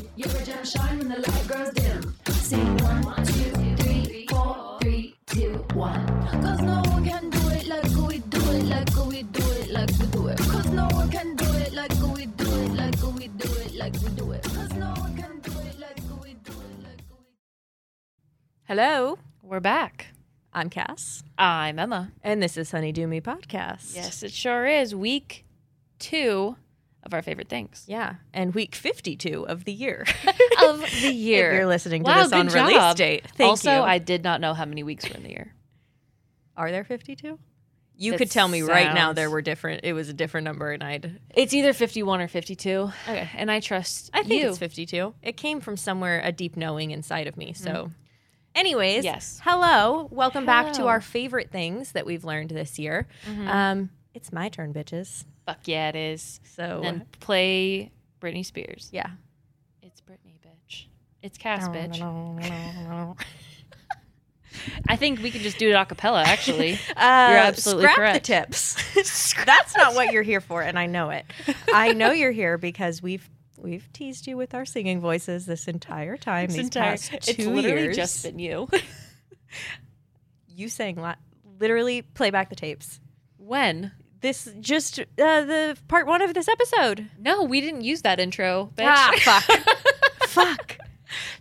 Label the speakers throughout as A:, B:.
A: stars shine when the light grows dim. Sing one, two, three, four, three, two, one. Cause no one can do it like we do it, like we do it, like we do it. Cause no one can do it like we do it, like we do it, like we do it. Cause no one can do it like we do it, like we do it.
B: Hello,
C: We're back.
B: I'm Cass,
C: I'm Emma.
B: and this is Honey Do Me Podcast.
C: Yes, it sure is. Week two of our favorite things
B: Yeah, and week 52 of the year.
C: of the year.
B: If you're listening to
C: Wow,
B: this on
C: good
B: release
C: job.
B: date. Thank
C: also,
B: you.
C: I did not know how many weeks were in the year.
B: Are there 52? You
C: That
B: could tell me right now
C: sounds-
B: there were different, it was a different number, and I'd.
C: It's either 51 or 52.
B: Okay.
C: And I trust
B: I think
C: you.
B: it's Mm. 52. It came from somewhere, a deep knowing inside of me. So, anyways,
C: Yes.
B: hello. Welcome back to
C: Hello.
B: our favorite things that we've learned this year.
C: Uh,
B: Um, it's my turn, bitches.
C: Mm-hmm. Fuck yeah, it is.
B: So,
C: And play Britney Spears.
B: yeah.
C: It's Britney, bitch. It's Cass, bitch. I think we can just do it a cappella, actually.
B: Uh,
C: You're absolutely
B: scrap
C: correct.
B: the tips. That's not what you're here for, and I know it. I know you're here because we've we've teased you with our singing voices this entire time.
C: This
B: these
C: entire-
B: past two
C: it's literally
B: years,
C: just been you.
B: you sang la- literally play back the tapes.
C: when?
B: This just uh, the part one of this episode. Ah,
C: No, we didn't use that intro, bitch.
B: fuck, fuck.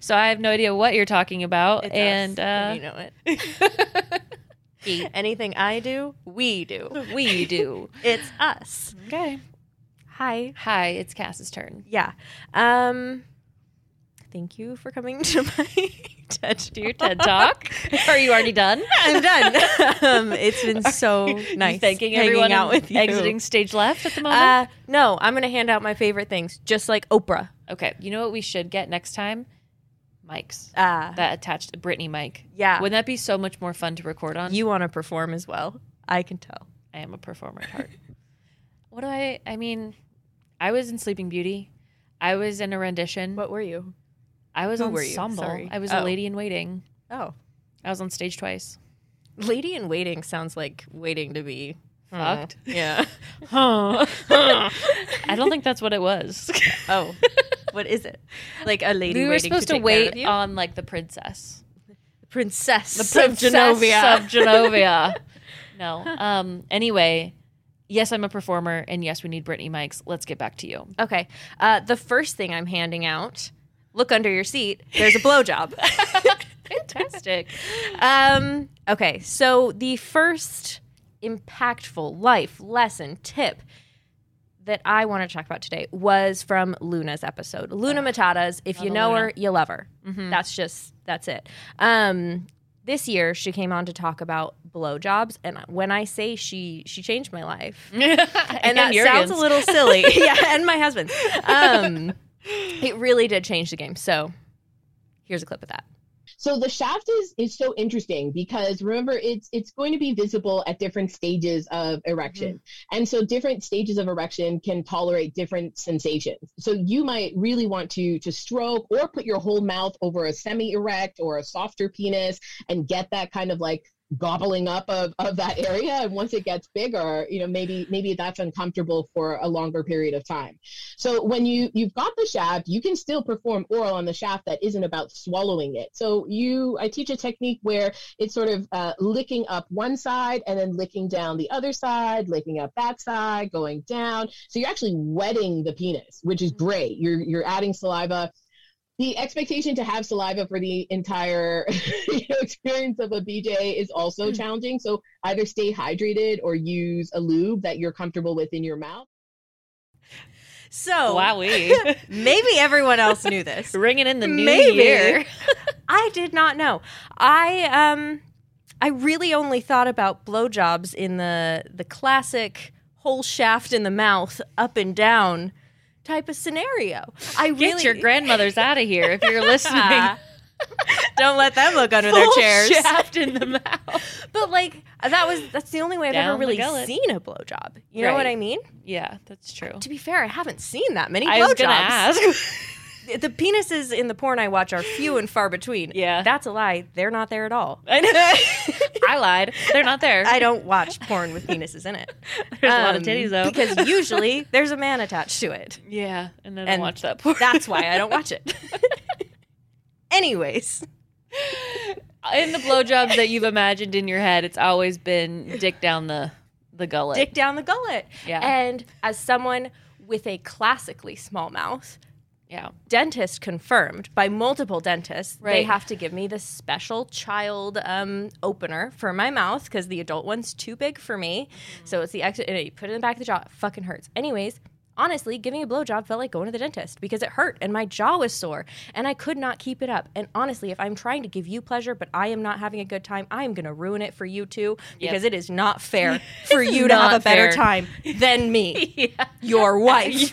C: So I have no idea what you're talking about.
B: It's us,
C: and
B: you
C: uh,
B: know it. Anything I do, we do.
C: uh, we do.
B: It's us.
C: Okay.
B: Hi.
C: Hi, it's Cass's turn.
B: Yeah. Um thank you for coming to my TED
C: Do your TED talk. Are you already done?
B: I'm done. um, it's been so
C: You
B: nice
C: thanking
B: hanging
C: everyone
B: out
C: and
B: with you.
C: exiting stage left at the moment.
B: Uh, no, I'm gonna hand out my favorite things, just like Oprah.
C: okay. You know what we should get next time? Mics
B: Uh,
C: that attached a Brittany mic.
B: yeah,
C: Wouldn't that be so much more fun to record on?
B: you want to perform as well. I can tell.
C: I am a performer at heart. what do I? I mean, I was in Sleeping Beauty. I was in a rendition.
B: What were you?
C: I was
B: who were you?
C: ensemble.
B: Sorry.
C: I was
B: Oh.
C: a lady in waiting.
B: Oh,
C: I was on stage twice.
B: lady in waiting sounds like waiting to be
C: Fucked.
B: Yeah.
C: I don't think that's what it was.
B: oh, what is it? Like a lady.
C: we were
B: waiting
C: supposed to,
B: take care of
C: wait
B: you?
C: on like the princess,
B: princess,
C: the princess
B: of Genovia.
C: of Genovia. no. Um. Anyway, yes, I'm a performer, and yes, we need Brittany mics. Let's get back to you.
B: Okay. Uh, the first thing I'm handing out, look under your seat, there's a blowjob.
C: Fantastic.
B: um, okay. So the first impactful life lesson tip that I want to talk about today was from Luna's episode. Luna Matata's, if you
C: Love a
B: know her,
C: Luna. Mm.
B: you love her.
C: Mm-hmm.
B: That's just, that's it. Um, this year she came on to talk about blowjobs and when I say she she changed my life
C: and
B: and that sounds a little silly. yeah, and my husband. Um, it really did change the game. So here's a clip of that.
D: So the shaft is is so interesting because remember it's it's going to be visible at different stages of erection. And so different stages of erection can tolerate different sensations. So you might really want to to stroke or put your whole mouth over a semi erect or a softer penis and get that kind of like gobbling up of, of that area and once it gets bigger you know maybe maybe that's uncomfortable for a longer period of time so when you you've got the shaft, you can still perform oral on the shaft that isn't about swallowing it. So you, I teach a technique where it's sort of uh, licking up one side and then licking down the other side, licking up that side, going down. So you're actually wetting the penis, which is great. You're you're adding saliva. The expectation to have saliva for the entire you know, experience of a BJ is also
C: Mm.
D: challenging. So either stay hydrated or use a lube that you're comfortable with in your mouth.
B: So
C: Wowee.
B: maybe everyone else knew this.
C: Ringing in the new
B: Maybe.
C: year.
B: I did not know. I um I really only thought about blowjobs in the the classic whole shaft in the mouth, up and down type of scenario. I
C: Get
B: really
C: your grandmothers out of here if you're listening.
B: Ah. Don't let them look under their
C: Full
B: chairs.
C: shaft in the mouth.
B: But like that was that's the only way I've
C: Down
B: ever
C: the
B: really
C: gullet.
B: seen a blowjob. You know what
C: Right.
B: I mean?
C: Yeah, that's true.
B: To be fair, I haven't seen that many
C: I was gonna
B: blowjobs.
C: ask.
B: The penises in the porn I watch are few and far between.
C: Yeah.
B: that's a lie. They're not there at all.
C: I know. I lied. They're not there.
B: I don't watch porn with penises in it.
C: There's a lot of
B: Um,
C: titties though.
B: because usually there's a man attached to it.
C: yeah, and then I
B: And
C: watch that porn.
B: That's why I don't watch it. Anyways,
C: In the blowjobs that you've imagined in your head, it's always been dick down the the gullet.
B: dick down the gullet.
C: Yeah.
B: And as someone with a classically small mouth,
C: yeah.
B: dentist confirmed by multiple dentists, they
C: Right.
B: have to give me this special child um, opener for my mouth because the adult one's too big for me.
C: Mm.
B: So it's the extra, and you put it in the back of the jaw. It fucking hurts. Anyways, honestly, giving a blowjob felt like going to the dentist because it hurt and my jaw was sore and I could not keep it up. And honestly, if I'm trying to give you pleasure but I am not having a good time, I am going to ruin it for you too because it is not fair for you to have
C: not
B: a better
C: fair.
B: time than me, your wife.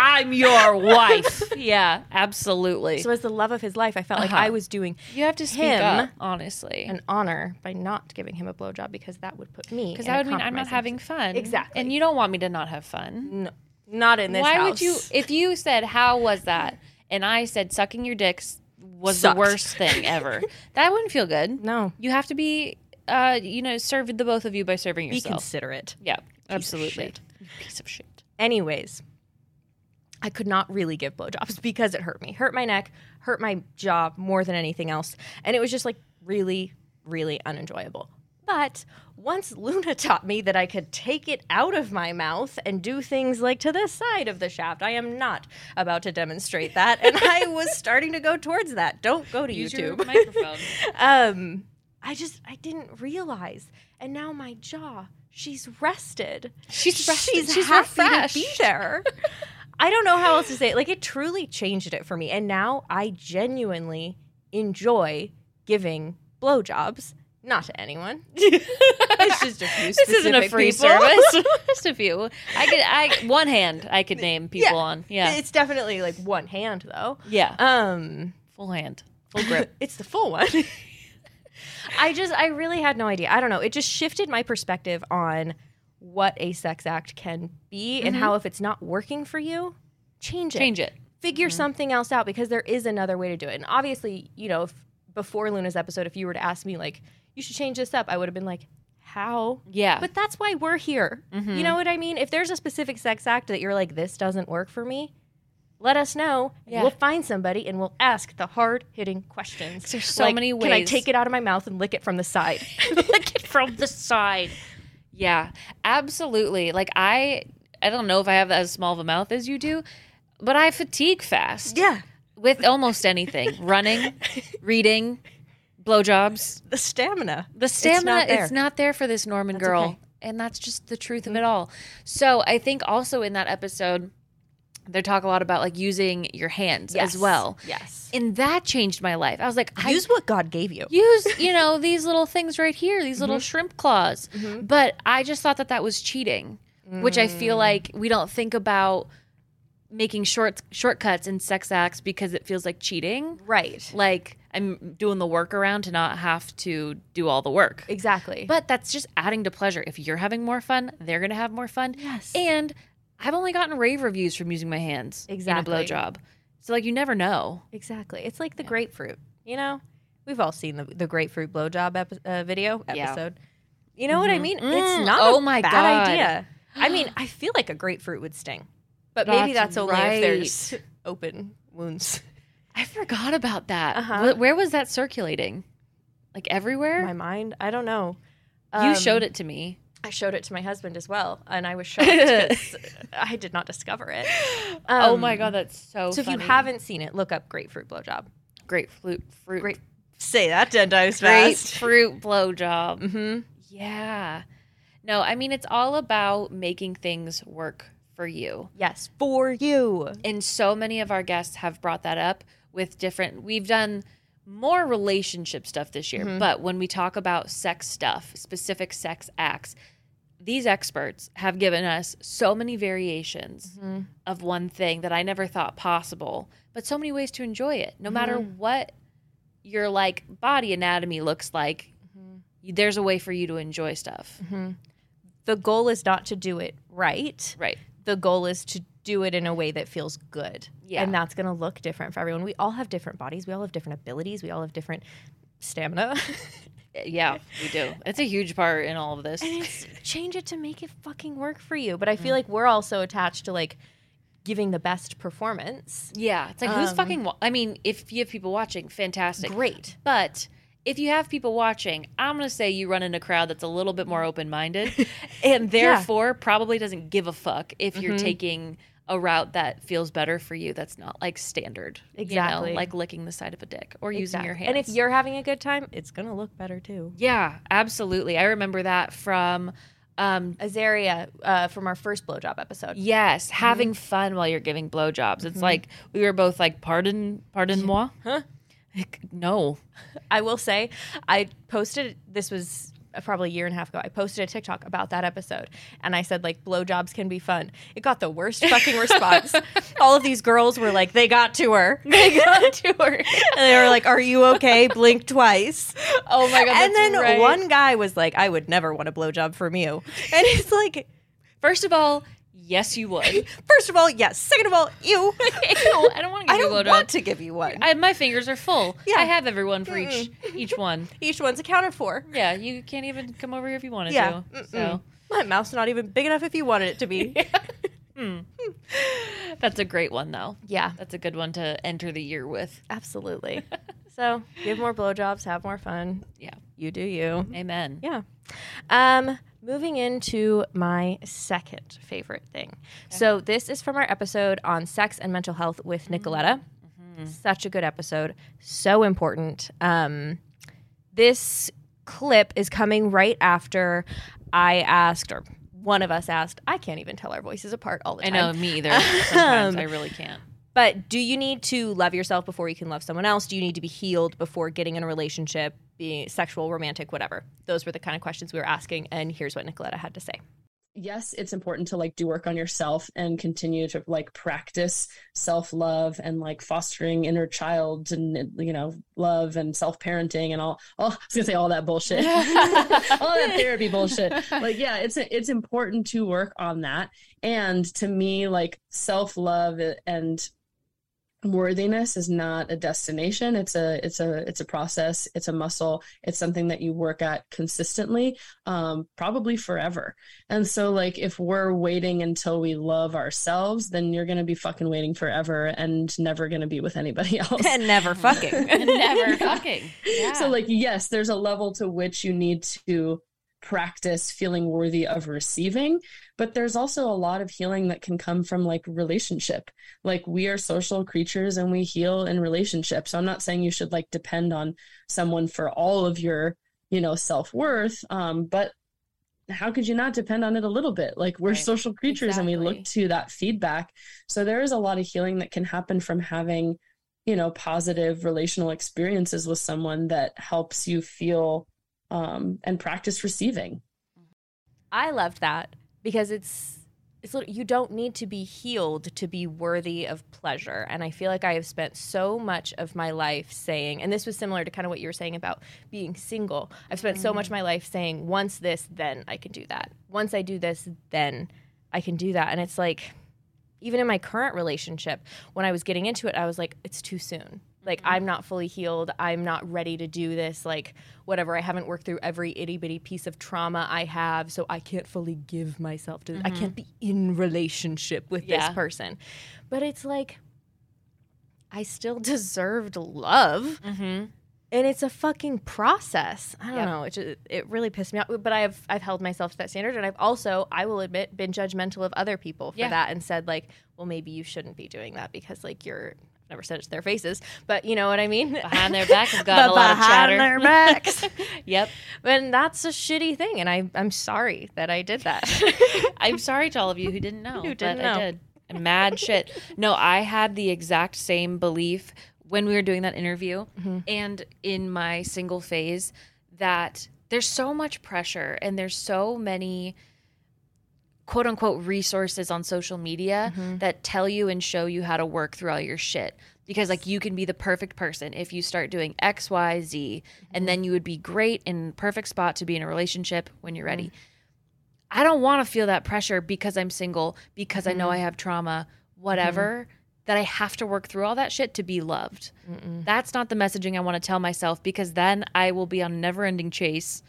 C: I'm your wife. yeah, absolutely.
B: So as the love of his life, I felt like
C: Uh-huh.
B: I was doing
C: you have to speak
B: him
C: up, honestly.
B: an honor by not giving him a blowjob because that would put me
C: Because
B: in
C: that
B: a
C: would mean I'm not
B: compromising-
C: having fun.
B: Exactly.
C: And you don't want me to not have fun.
B: no, not in this.
C: Why
B: house.
C: would you? If you said, "How was that?" and I said, "Sucking your dicks was
B: Sucked.
C: the worst thing ever," that wouldn't feel good.
B: No,
C: You have to be, uh, you know, serve the both of you by serving
B: be
C: yourself.
B: considerate.
C: yeah, absolutely.
B: shit.
C: You Piece of shit.
B: Anyways, I could not really give blowjobs because it hurt me, hurt my neck, hurt my jaw more than anything else, and it was just like really, really unenjoyable. But once Luna taught me that I could take it out of my mouth and do things like to the side of the shaft, I am not about to demonstrate that. And I was starting to go towards that. Don't go to YouTube.
C: microphone.
B: um i just i didn't realize and now my jaw she's rested
C: She's rested.
B: she's,
C: She's
B: happy to be
C: refreshed.
B: there i don't know how else to say it like it truly changed it for me and now i genuinely enjoy giving blowjobs not to anyone it's just a few
C: This isn't a
B: specific
C: free
B: people.
C: service. Just a few. I could. I one hand. I could name people
B: Yeah.
C: on. Yeah.
B: it's definitely like one hand though
C: Yeah.
B: um
C: Full hand. Full grip.
B: it's the full one. I just, I really had no idea. I don't know. It just shifted my perspective on what a sex act can be and how if it's not working for you, change it.
C: Change it.
B: Figure
C: Mm-hmm.
B: something else out because there is another way to do it. And obviously, you know, if, before Luna's episode, if you were to ask me, like, you should change this up, I would have been like, how?
C: Yeah. Mm-hmm. Hmm.
B: But that's why we're here. You know what I mean? If there's a specific sex act that you're like, this doesn't work for me, let us know. and
C: Yeah.
B: We'll find somebody and we'll ask the hard hitting questions.
C: There's so
B: Like,
C: many
B: Can I
C: ways.
B: take it out of my mouth and lick it from the side?
C: lick it from the side. Yeah, absolutely. Like I, I don't know if I have as small of a mouth as you do, but I fatigue fast
B: yeah.
C: with almost anything: running, reading, blowjobs.
B: The stamina.
C: The stamina, it's
B: not
C: not
B: there.
C: there, for this Norman
B: That's
C: girl,
B: okay.
C: and that's Mm. just the truth of it all. So I think also in that episode, they talk a lot about like using your hands as well,
B: Yes.
C: and that changed my life. I was like, I
B: Use what God gave you.
C: use you know these little things right here these little shrimp claws
B: Mm-hmm.
C: but i just thought that that was cheating which
B: Mm.
C: i feel like we don't think about making short shortcuts in sex acts because it feels like cheating
B: Right.
C: like i'm doing the work around to not have to do all the work
B: Exactly.
C: but that's just adding to pleasure if you're having more fun they're gonna have more fun
B: yes.
C: and i've only gotten rave reviews from using my hands
B: Exactly.
C: in a blowjob so like you never know
B: Exactly. It's like the grapefruit. You know, we've all seen the the grapefruit blowjob epi- uh, video
C: Yeah.
B: episode. You know what I mean?
C: Mm,
B: It's not
C: oh
B: a
C: my
B: bad
C: God.
B: idea. I mean, I feel like a grapefruit would sting, but maybe that's
C: That's
B: only if there's open wounds.
C: I forgot about that.
B: Uh-huh.
C: Wh- Where was that circulating? Like everywhere?
B: My mind, I don't know.
C: you
B: Um,
C: showed it to me.
B: I showed it to my husband as well, and I was shocked 'cause I did not discover it.
C: oh
B: Um,
C: my god, that's so.
B: So if
C: funny.
B: you haven't seen it, look up grapefruit blowjob.
C: grapefruit fruit,
B: Grape- Say that ten times
C: grapefruit blowjob.
B: hmm
C: Yeah. No, I mean it's all about making things work for you.
B: Yes, for you.
C: And so many of our guests have brought that up with different. We've done more relationship stuff this year, but when we talk about sex stuff, specific sex acts, these experts have given us so many variations
B: Mm-hmm,
C: of one thing that I never thought possible, but so many ways to enjoy it. No matter
B: Mm-hmm.
C: what your like body anatomy looks like,
B: Mm-hmm.
C: you there's a way for you to enjoy stuff.
B: The goal is not to do it right.
C: Right.
B: The goal is to do it in a way that feels good.
C: Yeah.
B: And that's going to look different for everyone. We all have different bodies. We all have different abilities. We all have different stamina.
C: Eh, Yeah, we do. It's a huge part in all of this.
B: Mm. and it's change it to make it fucking work for you. But I feel like we're all so attached to like giving the best performance.
C: Yeah, it's like who's
B: Um,
C: fucking. Wa- I mean, if you have people watching, fantastic.
B: Great.
C: But if you have people watching, I'm gonna say you run in a crowd that's a little bit more open minded, and therefore probably doesn't give a fuck if you're
B: Mhm.
C: taking a route that feels better for you. That's not like standard, you know,
B: Exactly.
C: like licking the side of a dick or using your
B: Exact-
C: hands.
B: And if you're having a good time, it's going to look better too.
C: yeah, absolutely. I remember that from. Um,
B: Azaria uh, from our first blowjob episode.
C: Yes, having fun while you're giving blowjobs. It's like we were both like, "Pardon, pardon moi."
B: Huh?
C: Like, no.
B: I will say, I posted this was uh, probably a year and a half ago. I posted a TikTok about that episode, and I said like blowjobs can be fun. It got the worst fucking response. All of these girls were like, they got to her, they got to her, and they were like, "Are you okay?" Blink twice.
C: Oh my god!
B: and
C: that's
B: then
C: right.
B: one guy was like, "I would never want a blowjob from you," and it's like.
C: First of all, yes, you would. Ew,
B: First of all, yes. Second of all, you.
C: I don't want to
B: I
C: give you a
B: don't
C: blowjob.
B: want to give you one.
C: I, my fingers are full.
B: Yeah.
C: I have everyone for each each one.
B: Each one's accounted for.
C: Yeah, you can't even come over here if you wanted
B: Yeah.
C: to.
B: Mm-mm.
C: So
B: My mouth's not even big enough if you wanted it to be.
C: that's a great one, though.
B: yeah.
C: That's a good one to enter the year with.
B: Absolutely. so give more blowjobs, have more fun.
C: Yeah.
B: You do you.
C: Amen.
B: Yeah. Um, moving into my second favorite thing. So this is from our episode on sex and mental health
C: Mm-hmm.
B: with Nicoletta. Such a good episode. So important. Um, this clip is coming right after I asked, or one of us asked, I can't even tell our voices apart all the
C: I
B: time.
C: know me either. Sometimes I really can't.
B: But do you need to love yourself before you can love someone else? Do you need to be healed before getting in a relationship, being sexual, romantic, whatever? Those were the kind of questions we were asking, and here's what Nicoletta had to say.
E: yes, it's important to like do work on yourself and continue to like practice self love and like fostering inner child and you know love and self parenting and all. Oh, I was gonna say all that bullshit, all that therapy bullshit. Like, yeah, it's it's important to work on that. And to me, like self love and worthiness is not a destination it's a it's a it's a process it's a muscle it's something that you work at consistently um probably forever and so, like, if we're waiting until we love ourselves, then you're going to be fucking waiting forever and never going to be with anybody else.
B: And never fucking.
C: Never fucking. Yeah.
E: So, like, yes, there's a level to which you need to practice feeling worthy of receiving, but there's also a lot of healing that can come from like relationship. Like, we are social creatures and we heal in relationship. So, I'm not saying you should like depend on someone for all of your, you know, self worth, um, but how could you not depend on it a little bit? Like, we're
C: Right.
E: social creatures and we look to that feedback. So, there is a lot of healing that can happen from having you know positive relational experiences with someone that helps you feel um, and practice receiving
B: I loved that because it's it's lit- you don't need to be healed to be worthy of pleasure. And I feel like I have spent so much of my life saying, and this was similar to kind of what you were saying about being single. I've spent so much of my life saying, once this, then I can do that. Once I do this, then I can do that. And it's like, even in my current relationship, when I was getting into it, I was like, it's too soon. Like, I'm not fully healed. I'm not ready to do this. Like, whatever. I haven't worked through every itty bitty piece of trauma I have. So I can't fully give myself to, I can't be in relationship with
C: Yeah.
B: this person. But it's like, I still deserved love
C: mm-hmm.
B: and it's a fucking process. I don't
C: Yep.
B: know. It just, it really pissed me out. But I've I've held myself to that standard, and I've also I will admit been judgmental of other people for
C: Yeah.
B: that, and said like, well, maybe you shouldn't be doing that because like you're I've never said it to their faces, but you know what I mean.
C: behind their back. I've
B: But
C: gotten a lot of
B: behind
C: chatter.
B: their backs.
C: Yep.
B: and that's a shitty thing, and I I'm sorry that I did that.
C: I'm sorry to all of you who didn't know.
B: Who didn't
C: but
B: know.
C: I did. Mad shit. No, I had the exact same belief when we were doing that interview
B: Mm-hmm.
C: and in my single phase that there's so much pressure and there's so many quote unquote resources on social
B: Mm-hmm.
C: media that tell you and show you how to work through all your shit. Because like you can be the perfect person if you start doing X, Y, Z, and then you would be great and perfect spot to be in a relationship when you're ready. I don't want to feel that pressure because I'm single, because I know I have trauma, whatever, that I have to work through all that shit to be loved.
B: Mm-hmm.
C: That's not the messaging I want to tell myself because then I will be on a never ending chase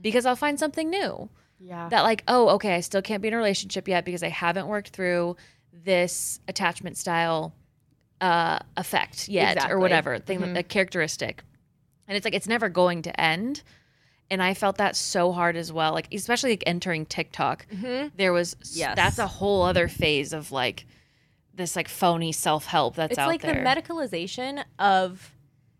C: because I'll find something new
B: yeah.
C: that, like, oh, okay, I still can't be in a relationship yet because I haven't worked through this attachment style uh, effect yet
B: Exactly. Mm-hmm.
C: or whatever thing, a characteristic, and it's like it's never going to end. And I felt that so hard as well, like especially like entering TikTok. There was
B: Mm-hmm. Yes.
C: that's a whole other phase of like this like phony self help that's
B: It's
C: out
B: like
C: there.
B: the medicalization of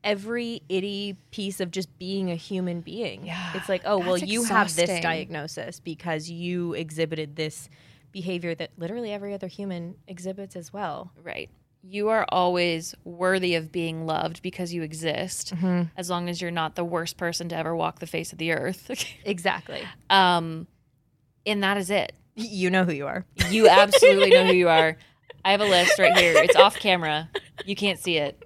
B: every itty piece of just being a human being.
C: Yeah.
B: It's like, oh, well,
C: That's
B: you have this
C: exhausting.
B: diagnosis because you exhibited this behavior that literally every other human exhibits as well.
C: Right. You are always worthy of being loved because you exist,
B: Mm.
C: as long as you're not the worst person to ever walk the face of the earth.
B: Exactly.
C: um, and that is it.
B: You know who you are.
C: You absolutely know who you are. I have a list right here. It's off camera. You can't see it.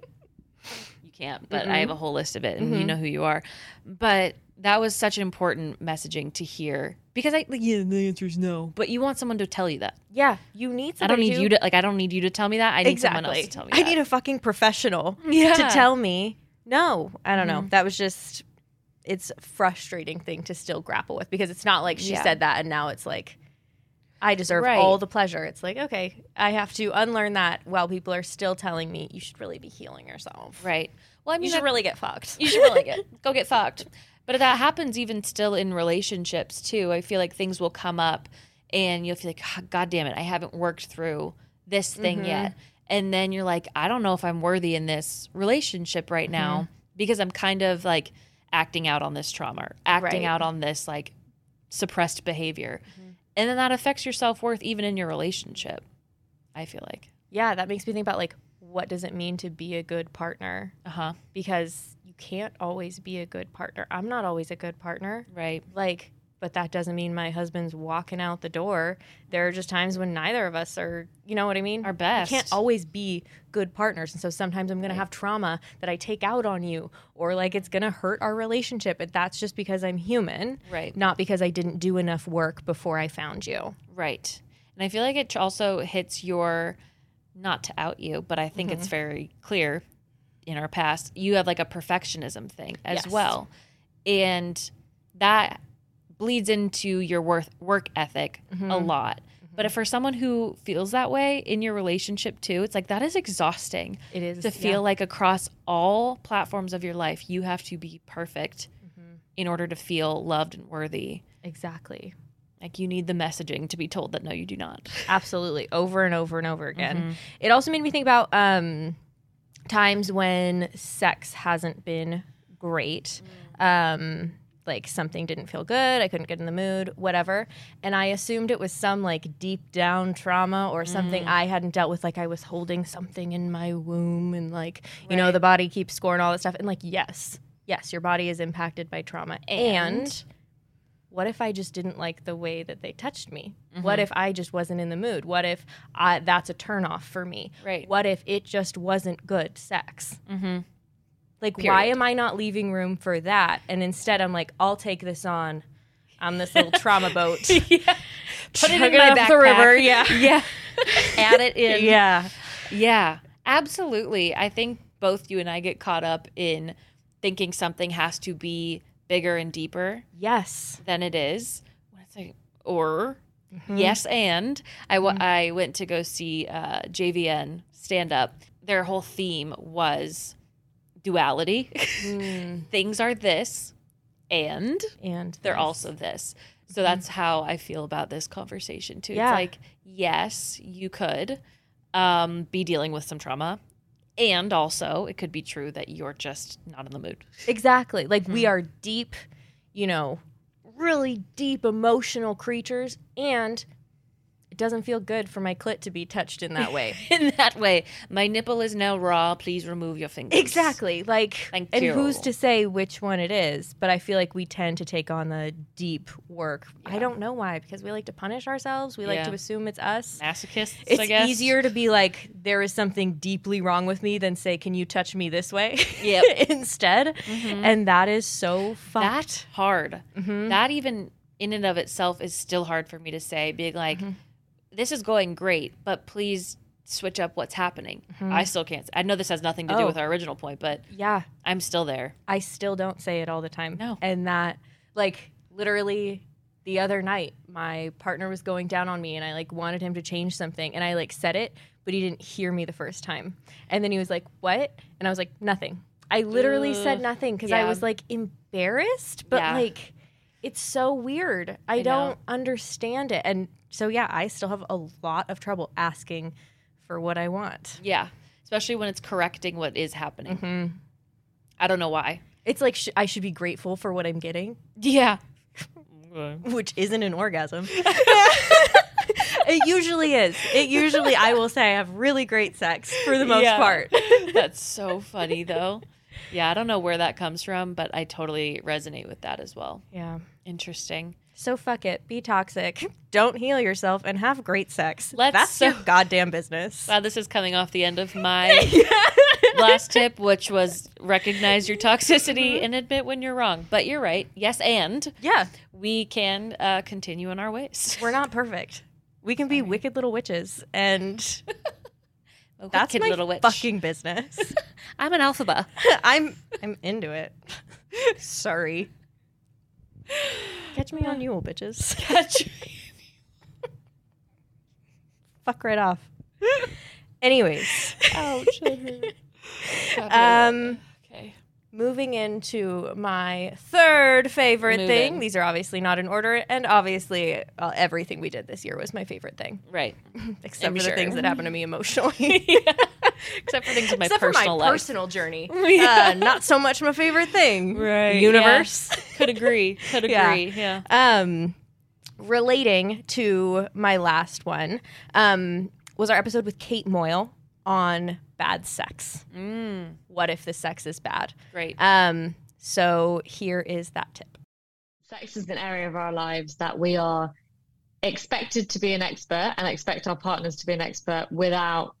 C: You can't, but I
B: Mm-hmm.
C: have a whole list of it, and you know who you are. But that was such important messaging to hear because I like yeah the answer is no, but you want someone to tell you that.
B: Yeah, you need
C: I don't
B: somebody
C: need you to like. I don't need you to tell me that. I need someone else to tell me.
B: I
C: that.
B: need a fucking professional
C: Yeah. Mm-hmm.
B: to tell me. No, I don't know. That was just it's a frustrating thing to still grapple with because it's not like she
C: Yeah.
B: said that and now it's like I deserve
C: Right.
B: all the pleasure. It's like, okay, I have to unlearn that while people are still telling me you should really be healing yourself.
C: Right. Well, I mean,
B: You
C: that-
B: should really get fucked.
C: you should really get go get fucked. But that happens even still in relationships too. I feel like things will come up, and you'll feel like, "Ah, God damn it, I haven't worked through this thing yet. And then you're like, I don't know if I'm worthy in this relationship right now because I'm kind of like acting out on this trauma, or acting
B: Right.
C: out on this like suppressed behavior, and then that affects your self worth even in your relationship. I feel like,
B: yeah, that makes me think about like what does it mean to be a good partner?
C: uh huh,
B: Because you can't always be a good partner. I'm not always a good partner.
C: right,
B: like but that doesn't mean my husband's walking out the door there are just times when neither of us are you know what i mean
C: our best.
B: we can't always be good partners and so sometimes i'm going to have trauma that i take out on you or like it's going to hurt our relationship but that's just because i'm human
C: Right.
B: not because i didn't do enough work before i found you
C: Right. And I feel like it tr- also hits your, not to out you, but I think
B: Mm-hmm.
C: it's very clear in our past, you have like a perfectionism thing as
B: Yes.
C: well. And that bleeds into your worth, work ethic a
B: Oh, Mm-hmm.
C: lot. But if for someone who feels that way in your relationship too, it's like that is exhausting
B: it is
C: to feel like across all platforms of your life, you have to be perfect
B: Mm-hmm.
C: in order to feel loved and worthy.
B: exactly
C: Like you need the messaging to be told that no, you do not.
B: absolutely over and over and over again it also made me think about um, times when sex hasn't been great um, like something didn't feel good i couldn't get in the mood whatever and i assumed it was some like deep down trauma or something i hadn't dealt with like i was holding something in my womb and like you know
C: Right.
B: the body keeps score and all that stuff and like yes yes your body is impacted by trauma and
C: And?
B: what if I just didn't like the way that they touched me?
C: Mm-hmm.
B: What if I just wasn't in the mood? What if I, that's a turnoff for me?
C: Right.
B: What if it just wasn't good sex?
C: Mm-hmm.
B: Like, why
C: Period.
B: am I not leaving room for that? And instead, I'm like, I'll take this on. I'm this little trauma boat.
C: yeah. Put it in
B: Chug
C: my
B: up
C: backpack.
B: the river. Yeah.
C: Yeah. Add it in.
B: Yeah.
C: Yeah. Absolutely. I think both you and I get caught up in thinking something has to be bigger and deeper
B: Yes.
C: than it is. When it's like, or yes, and I wa- I went to go see uh, JVN stand up. Their whole theme was duality. Things are this and
B: And
C: Mm. they're
B: this.
C: also this. So that's how I feel about this conversation too.
B: Mm-hmm. Yeah.
C: It's like, yes, you could um, be dealing with some trauma. And also, it could be true that you're just not in the mood.
B: Exactly. Like we
C: Mm-hmm.
B: are deep, you know, really deep emotional creatures and it doesn't feel good for my clit to be touched in that way.
C: In that way, my nipple is now raw. Please remove your fingers.
B: exactly. Like
C: Thank
B: and who's
C: you.
B: to say which one it is, but I feel like we tend to take on the deep work. I don't know why because we like to punish ourselves. We like
C: Yeah.
B: to assume it's us.
C: Masochists, I
B: It's
C: guess.
B: easier to be like there is something deeply wrong with me than say can you touch me this way
C: Yep. Mm-hmm.
B: instead. And that is so fucked.
C: That hard.
B: Mhm.
C: That even in and of itself is still hard for me to say. Being like,
B: Mm-hmm.
C: this is going great, but please switch up what's happening. I still can't. I know this has nothing to do
B: Oh.
C: with our original point, but
B: Mm-hmm. yeah.
C: I'm still there.
B: I still don't say it all the time.
C: No.
B: And that, like, literally, the other night my partner was going down on me and I like wanted him to change something and I like said it but he didn't hear me the first time. And then he was like, "What?" And I was like, "Nothing." I literally said
C: Ugh.
B: nothing cuz I
C: Yeah.
B: was like embarrassed, but
C: Yeah.
B: like it's so weird. I,
C: I know.
B: don't understand it. And so yeah, I still have a lot of trouble asking for what I want.
C: Yeah. Especially when it's correcting what is happening.
B: hmm
C: I don't know why.
B: It's like sh- I should be grateful for what I'm getting,
C: Yeah.
B: which isn't an orgasm. it usually is. It usually I will say I have really great sex for the most
C: Yeah.
B: part.
C: That's so funny though. Yeah, I don't know where that comes from, but I totally resonate with that as well.
B: Yeah.
C: Interesting.
B: So fuck it. Be toxic. Don't heal yourself and have great sex.
C: Let's
B: That's
C: so-
B: your goddamn business.
C: Wow, this is coming off the end of my last tip, which was recognize your
B: Mm-hmm.
C: toxicity and admit when you're wrong. But you're right. Yes, and
B: yeah.
C: we can uh, continue in our ways.
B: We're not perfect. We can be wicked little witches and
C: A
B: that's
C: wicked
B: my
C: Oh, little witch.
B: fucking business.
C: I'm an alphaba.
B: I'm I'm into it. Sorry. Catch me on Yule, bitches. Fuck right off. Anyways,
C: Ouch.
B: um,
C: okay.
B: moving into my third favorite
C: Move
B: thing.
C: in.
B: These are obviously not in order, and obviously uh, everything we did this year was my favorite thing,
C: Right.
B: except
C: I'm
B: for
C: sure.
B: the things that happened to me emotionally.
C: Except for things in my
B: except for
C: personal
B: my
C: life.
B: personal journey.
C: Yeah.
B: Uh, not so much my favorite thing.
C: Right, yeah.
B: Universe.
C: Could agree. Could agree.
B: Yeah.
C: Yeah.
B: um relating to my last one um was our episode with kate moyle on bad sex
C: Mm,
B: what if the sex is bad
C: great.
B: um so here is that tip
F: sex is an area of our lives that we are expected to be an expert and expect our partners to be an expert without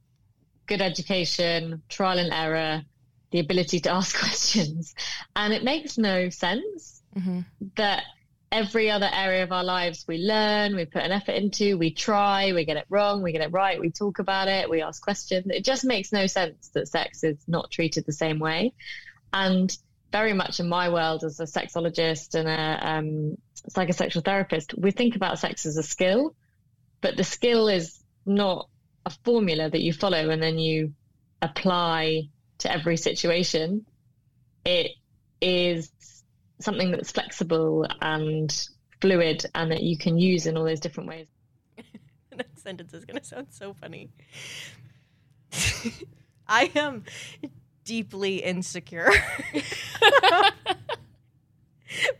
F: good education, trial and error, the ability to ask questions. And it makes no sense
C: Mm-hmm.
B: Mhm.
F: that every other area of our lives we learn, we put an effort into, we try, we get it wrong, we get it right, we talk about it, we ask questions. It just makes no sense that sex is not treated the same way. And very much in my world as a sexologist and a um, psychosexual therapist, we think about sex as a skill, but the skill is not a formula that you follow and then you apply to every situation. It is something that's flexible and fluid and that you can use in all those different ways.
B: the next sentence is going to sound so funny i am deeply insecure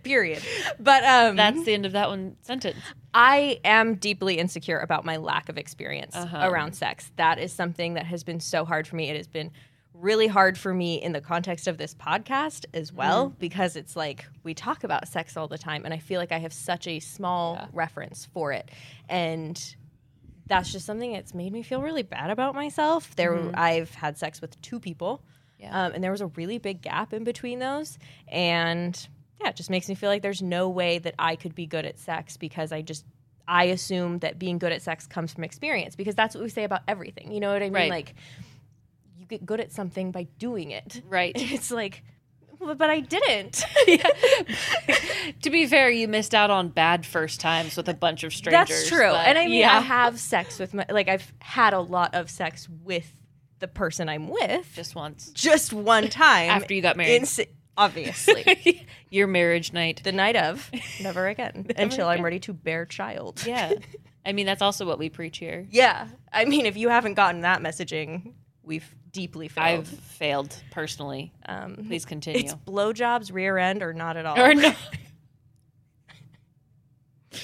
B: period but um
C: That's the end of that one sentence.
B: I am deeply insecure about my lack of experience
C: Uh-huh.
B: around sex. That is something that has been so hard for me. It has been really hard for me in the context of this podcast as well,
C: Mm-hmm.
B: because it's like we talk about sex all the time, and I feel like I have such a small
C: Yeah.
B: reference for it. And that's just something that's made me feel really bad about myself. There,
C: Mhm.
B: I've had sex with two people,
C: Yeah.
B: um, and there was a really big gap in between those. And yeah, it just makes me feel like there's no way that I could be good at sex because I just I assume that being good at sex comes from experience because that's what we say about everything. You know what I mean?
C: Right.
B: Like you get good at something by doing it.
C: Right.
B: It's like, "Well, but I didn't.
C: to be fair, you missed out on bad first times with a bunch of strangers.
B: That's true.
C: but
B: and I mean, I
C: yeah.
B: have sex with my, like, I've had a lot of sex with the person I'm with just,
C: just once
B: one time.
C: after you got married.
B: Ins- obviously.
C: Your marriage night.
B: the night of, never again, until I'm ready to bear child.
C: Yeah. I mean, that's also what we preach here.
B: Yeah. I mean, if you haven't gotten that messaging, we've deeply failed.
C: I've failed personally.
B: um,
C: Please continue.
B: it's blowjobs, rear end, or not at all.
C: Or no.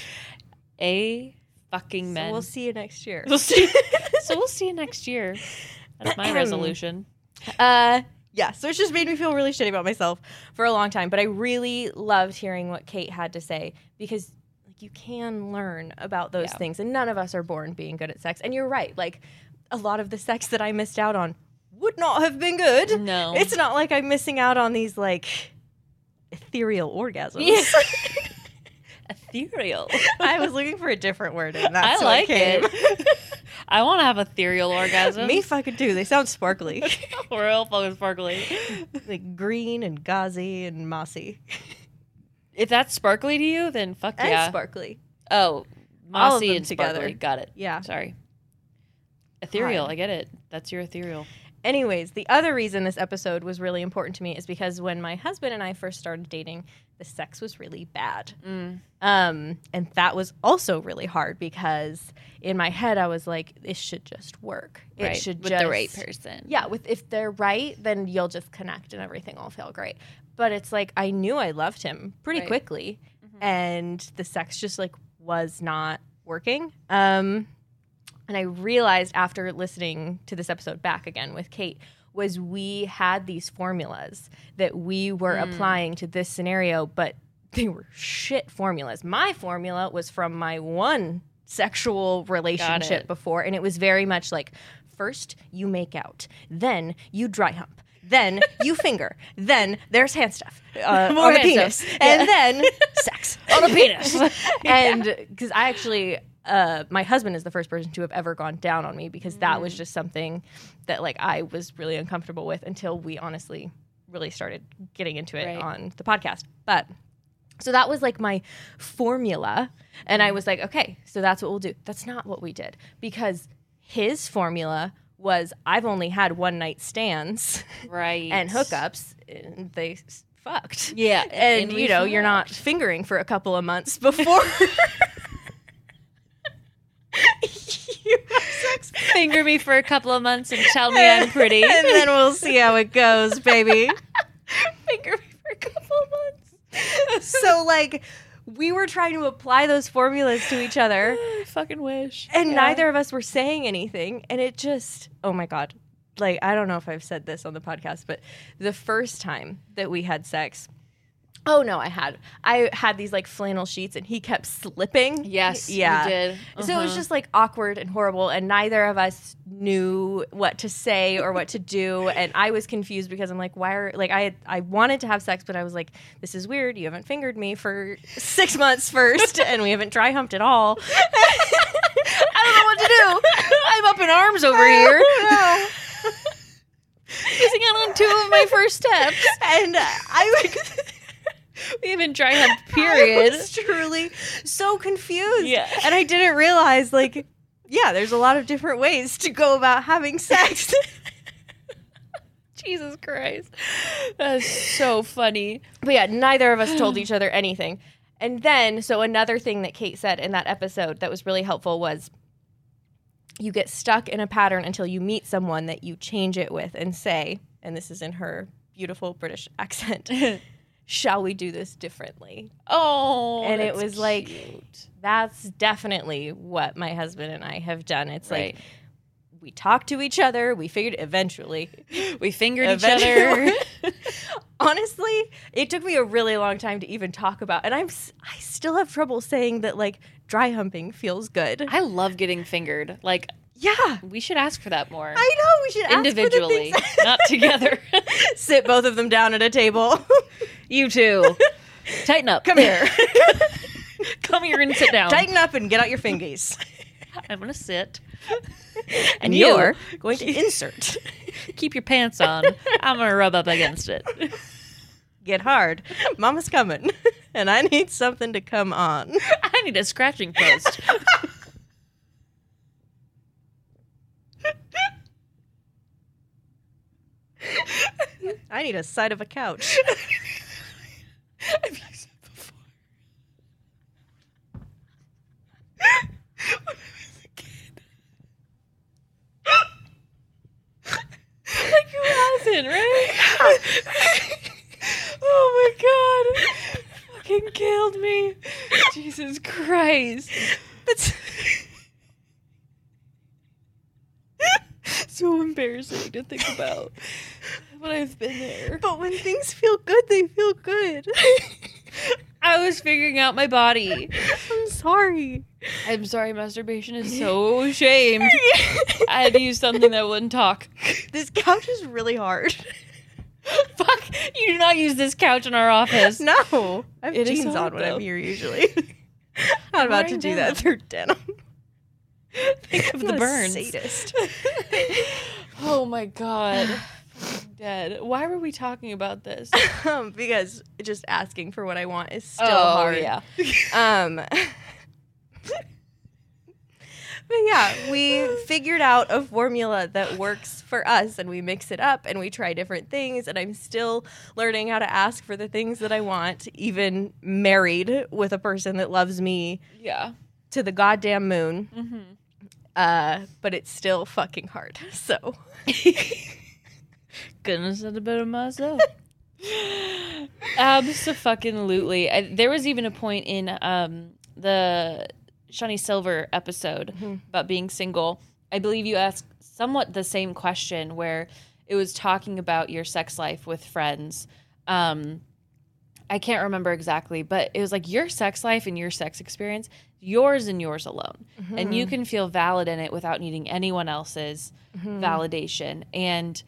C: A fucking
B: So
C: men.
B: we'll see you next year.
C: We'll see. so we'll see you next year. That's my resolution.
B: Uh, yeah, so it's just made me feel really shitty about myself for a long time. But I really loved hearing what Kate had to say because like you can learn about those
C: Yeah.
B: things, and none of us are born being good at sex. And you're right, like a lot of the sex that I missed out on would not have been good.
C: No.
B: It's not like I'm missing out on these like ethereal orgasms.
C: Yeah. ethereal.
B: I was looking for a different word, and that's
C: I like
B: what came.
C: it. I want to have ethereal orgasms.
B: Me fucking too. They sound sparkly,
C: Real fucking sparkly.
B: like green and gauzy and mossy.
C: If that's sparkly to you, then fuck
B: and
C: yeah.
B: sparkly.
C: oh,
B: All of
C: mossy
B: them
C: and sparkly.
B: together.
C: Got it.
B: Yeah.
C: Sorry. Ethereal.
B: Fine.
C: I get it. That's your ethereal.
B: Anyways, the other reason this episode was really important to me is because when my husband and I first started dating, the sex was really bad.
C: Mm.
B: Um, and that was also really hard because in my head I was like, this should just work. It
C: right.
B: should
C: with
B: just
C: the right person.
B: Yeah, with if they're right, then you'll just connect and everything will feel great. But it's like I knew I loved him pretty
C: Right. Mm-hmm.
B: quickly and the sex just like was not working. Um and I realized after listening to this episode back again with Kate was we had these formulas that we were
C: Mm.
B: applying to this scenario, but they were shit formulas. My formula was from my one sexual relationship
C: it.
B: before, and it was very much like first you make out, then you dry hump. Then you finger. Then there's hand stuff uh,
C: More
B: on the
C: hand
B: penis,
C: stuff.
B: and then sex
C: On a penis.
B: and because I actually, uh, my husband is the first person to have ever gone down on me because that was just something that like I was really uncomfortable with until we honestly really started getting into it
C: Right.
B: on the podcast. But so that was like my formula, and I was like, okay, so that's what we'll do. That's not what we did because his formula was I've only had one night stands
C: right.
B: and hookups, and they s- fucked
C: Yeah.
B: and
C: we
B: you know you're not
C: fucked.
B: fingering for a couple of months before you have sex
C: Finger me for a couple of months and tell me I'm pretty.
B: and then we'll see how it goes baby finger me for a couple of months so like we were trying to apply those formulas to each other
C: I fucking wish.
B: and
C: Yeah.
B: neither of us were saying anything and it just oh my god like i don't know if i've said this on the podcast but the first time that we had sex oh no i had i had these like flannel sheets and he kept slipping
C: Yes.
B: Yeah.
C: You did.
B: so it was
C: Uh-huh.
B: just like awkward and horrible, and neither of us knew what to say or what to do. And I was confused because I'm like, why are like I I wanted to have sex, but I was like, this is weird. You haven't fingered me for six months first, and we haven't dry humped at all. I don't know what to do. I'm up in arms over here.
C: missing out on two of my first steps.
B: And I was.
C: We even dry hump
B: period.
C: period.
B: truly so confused.
C: Yeah.
B: And I didn't realize, like, yeah, there's a lot of different ways to go about having sex.
C: Jesus Christ. That's so funny.
B: but yeah, neither of us told each other anything. And then, so another thing that Kate said in that episode that was really helpful was you get stuck in a pattern until you meet someone that you change it with and say, and this is in her beautiful British accent, shall we do this differently?
C: Oh,
B: And it
C: that's
B: was like-
C: cute.
B: That's definitely what my husband and I have done. It's like,
C: right.
B: we talked to each other. We figured eventually.
C: we fingered
B: Eventually-
C: each other.
B: Honestly, it took me a really long time to even talk about, and I'm s- I still have trouble saying that like dry humping feels good.
C: I love getting fingered. Like
B: Yeah,
C: we should ask for that more
B: I know we should ask for the
C: individually,
B: things-
C: not together.
B: sit both of them down at a table.
C: you too. Tighten up.
B: Come here,
C: Come here and sit down.
B: tighten up, and get out your fingies.
C: I'm gonna sit.
B: And
C: You.
B: you're going to insert,
C: Keep your pants on. I'm gonna rub up against it.
B: get hard. Mama's coming, and I need something to come on.
C: I need a scratching post.
B: I need a side of a couch.
C: like who hasn't, right? oh my god. Fucking killed me. Jesus Christ. That's so embarrassing to think about. But I've been there.
B: But when things feel good, they feel good.
C: I was figuring out my body.
B: I'm sorry.
C: I'm sorry, masturbation is so shamed. I had to use something that wouldn't talk.
B: This couch is really hard.
C: Fuck, you do not use this couch in our office.
B: No, I have
C: It is
B: jeans on
C: hard,
B: when I'm
C: though.
B: here usually. Not about to
C: wearing
B: do that through denim.
C: Think of
B: I'm
C: the
B: a
C: burns.
B: sadist.
C: Oh my god.
G: dead. Why were we talking about this?
B: Um, because just asking for what I want is still
G: oh,
B: hard.
G: yeah.
B: Um, but yeah, we figured out a formula that works for us and we mix it up and we try different things. And I'm still learning how to ask for the things that I want, even married with a person that loves me
G: Yeah.
B: to the goddamn moon.
C: Mm-hmm.
G: hmm
B: Uh, but it's still fucking hard. So
C: Goodness, that's a bit of myself. Absolutely. I, there was even a point in um, the Shawnee Silver episode
B: Mhm.
C: about being single. I believe you asked somewhat the same question where it was talking about your sex life with friends. Um, I can't remember exactly, but it was like your sex life and your sex experience, yours and yours alone. And you can feel valid in it without needing anyone else's
B: Mm-hmm.
C: validation. And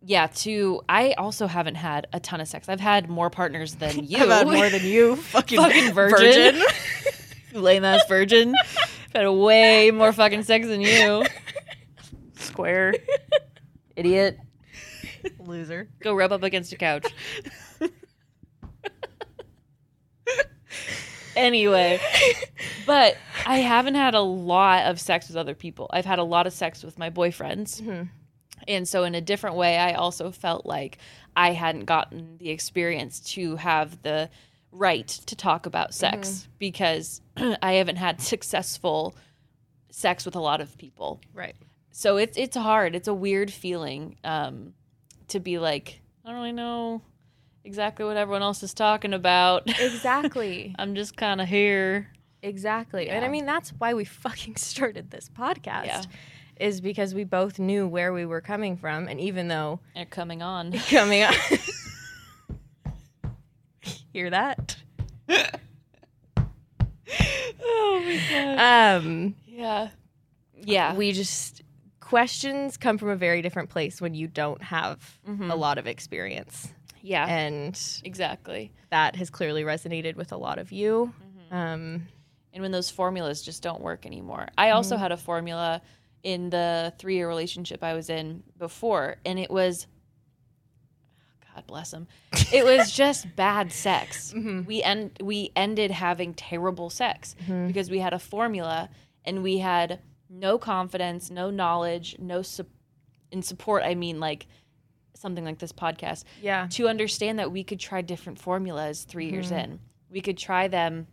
C: yeah, to I also haven't had a ton of sex. I've had more partners than you.
B: I've had more than you, fucking,
C: fucking virgin. you lame ass virgin. I've had way more fucking sex than you. Square. Idiot.
B: loser.
C: Go rub up against a couch. anyway, but I haven't had a lot of sex with other people. I've had a lot of sex with my boyfriends.
B: Mhm.
C: And so, in a different way, I also felt like I hadn't gotten the experience to have the right to talk about sex because I haven't had successful sex with a lot of people.
B: Right.
C: So it's it's hard. It's a weird feeling um, to be like, I don't really know exactly what everyone else is talking about.
B: Exactly.
C: I'm just kind of here.
B: Exactly. And I
C: Yeah.
B: mean, that's why we fucking started this podcast.
C: Yeah.
B: Is because we both knew where we were coming from, and even though
C: They're coming on.
B: coming up, hear that?
G: Oh my god.
B: Um,
G: yeah.
C: Yeah.
B: we just questions come from a very different place when you don't have
C: Mhm.
B: a lot of experience,
C: Yeah.
B: and
C: exactly.
B: that has clearly resonated with a lot of you.
C: Mm-hmm.
B: Um,
C: and when those formulas just don't work anymore. I also had a formula in the three year relationship I was in before, and it was, God bless him, it was just bad sex.
B: Mhm.
C: We end we ended having terrible sex
B: Mhm.
C: because we had a formula and we had no confidence, no knowledge, no su- in support. I mean, like something like this podcast
B: yeah,
C: to understand that we could try different formulas 3 years in. We could try them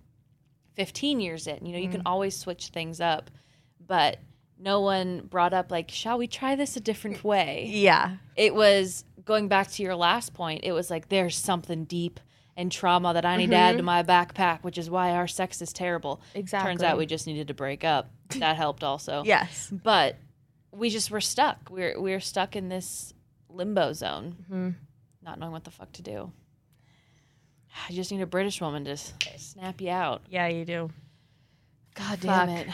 C: 15 years in. You know, you can always switch things up, but no one brought up, like, shall we try this a different way?
B: yeah,
C: It was going back to your last point, it was like, there's something deep and trauma that I need to add to my backpack, which is why our sex is terrible.
B: exactly.
C: Turns out we just needed to break up. That helped also.
B: yes,
C: But we just were stuck. We're, we're stuck in this limbo zone
B: Mhm.
C: not knowing what the fuck to do. I just need a British woman to s- snap you out.
B: yeah, you do.
C: God
B: damn
C: damn it.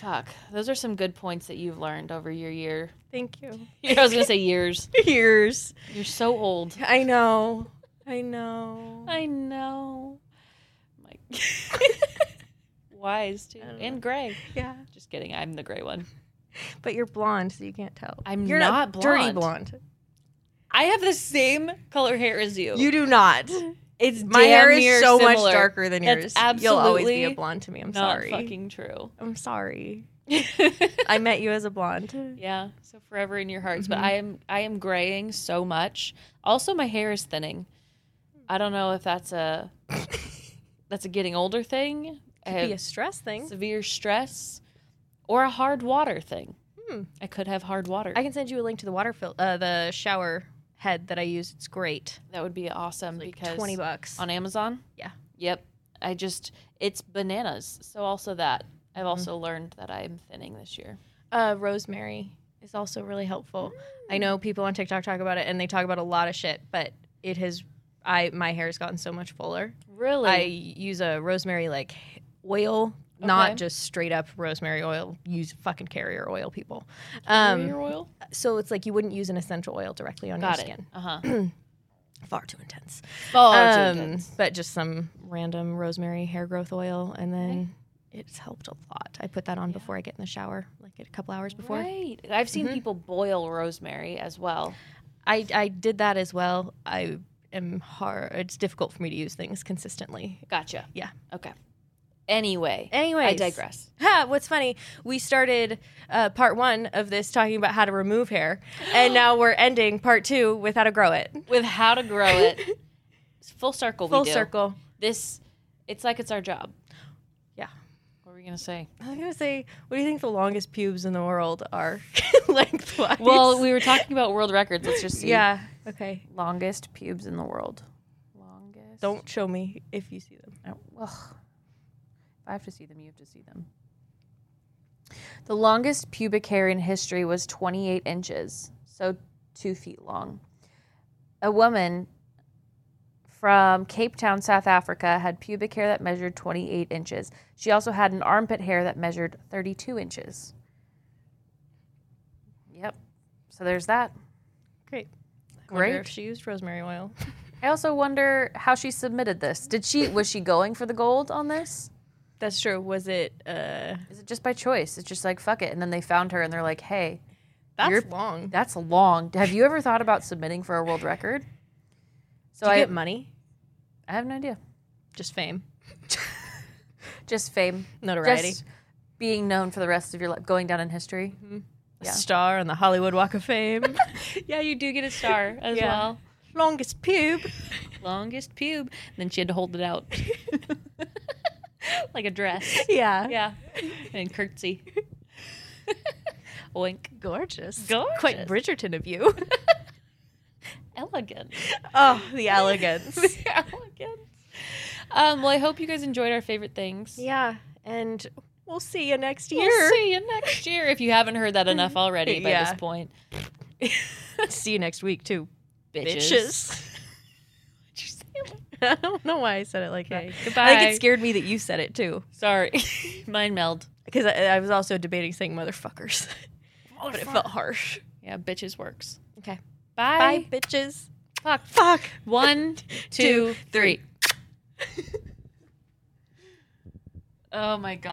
C: Fuck. Those are some good points that you've learned over your year.
B: Thank you.
C: I was going to say years.
B: Years.
C: You're so old.
B: I know. I know.
C: I know. My Wise, too. And gray.
B: Yeah.
C: Just kidding. I'm the gray one.
B: But you're blonde, so you can't tell.
C: I'm
B: you're
C: not
B: dirty blonde.
C: I have the same color hair as you.
B: You do not.
C: it's
B: My
C: damn
B: hair
C: near
B: is so
C: similar.
B: much darker than yours.
C: That's
B: You'll always be a
C: absolutely
B: blonde to me. I'm
C: Not
B: sorry.
C: fucking true.
B: I'm sorry. I met you as a blonde.
C: Yeah, so forever in your hearts.
B: Mm-hmm.
C: But I am I am graying so much. Also, my hair is thinning. I don't know if that's a that's a getting older thing, I
B: Could be a
C: have
B: stress thing.
C: severe stress, or a hard water thing.
B: Hmm.
C: I could have hard water.
B: I can send you a link to the water fil- uh, the shower head that I used. It's great.
C: that would be awesome
B: Like
C: because
B: twenty bucks.
C: on Amazon.
B: Yeah.
C: Yep. I just it's bananas. So also that
B: Mm-hmm.
C: I've also learned that I'm thinning this year.
B: uh, rosemary is also really helpful. I know people on TikTok talk about it, and they talk about a lot of shit, but it has. I my hair has gotten so much fuller.
C: Really?
B: I use a rosemary like oil, not
C: Okay.
B: just straight up rosemary oil. Use fucking carrier oil, people. Um,
C: Carrier oil.
B: so it's like you wouldn't use an essential oil directly on
C: Got
B: your
C: it.
B: skin.
C: Uh huh.
B: Far too intense.
C: Far too
B: Um,
C: intense.
B: But just some random rosemary hair growth oil, and then it's helped a lot. I put that on before I get in the shower, like a couple hours before. Mm-hmm.
C: Right. I've seen people boil rosemary as well.
B: I I did that as well. I am hard. It's difficult for me to use things consistently.
C: Gotcha.
B: Yeah.
C: Okay. Anyway,
B: Anyway,
C: I digress.
B: Ha, what's funny? We started uh, part one of this talking about how to remove hair, and now we're ending part two with how to grow it.
C: With how to grow it, It's full circle.
B: Full
C: we do.
B: circle.
C: This, it's like it's our job.
B: Yeah.
C: What were we gonna say?
B: I was gonna say, what do you think the longest pubes in the world are lengthwise?
C: Well, we were talking about world records. Let's just see.
B: yeah. Okay.
C: Longest pubes in the world. Longest.
B: Don't show me if you see them.
C: Oh, ugh. If I have to see them, you have to see them. The longest pubic hair in history was 28 inches, so two feet long. A woman from Cape Town, South Africa, had pubic hair that measured 28 inches. She also had an armpit hair that measured 32 inches. Yep. So there's that.
B: Great.
C: Great.
B: Wonder if she used rosemary oil.
C: I also wonder how she submitted this. Did she was she going for the gold on this?
B: That's true. Was it? uh
C: Is it just by choice? It's just like fuck it, and then they found her and they're like, "Hey,
B: That's
C: You're-
B: long.
C: that's long. Have you ever thought about submitting for a world record?" So
B: Do you
C: I,
B: get money?
C: I have no idea.
B: Just fame,
C: Just fame,
B: notoriety,
C: just being known for the rest of your life, going down in history.
B: A
C: yeah.
B: star on the Hollywood Walk of Fame,
C: Yeah, you do get a star as
B: Yeah.
C: well.
B: longest pube.
C: Longest pube. then she had to hold it out like a dress.
B: Yeah.
C: Yeah, and curtsy. Oink.
B: Gorgeous. Quite
C: Gorgeous.
B: Bridgerton of you.
C: Elegant.
B: oh, the elegance.
C: Elegant. Um, well, I hope you guys enjoyed our favorite things.
B: yeah. And we'll see you next year.
C: We'll see you next year if you haven't heard that enough already by
B: Yeah.
C: this point.
B: See you next week, too.
C: Bitches.
B: I don't know why I said it like
C: Okay,
B: that.
C: goodbye.
B: I think it scared me that you said it, too.
C: Sorry. Mind meld.
B: Because I, I was also debating saying motherfuckers. but it felt harsh.
C: Yeah, bitches works.
B: Okay.
C: Bye.
B: Bye, bitches.
C: Fuck.
B: Fuck.
C: One, two, three. oh my god.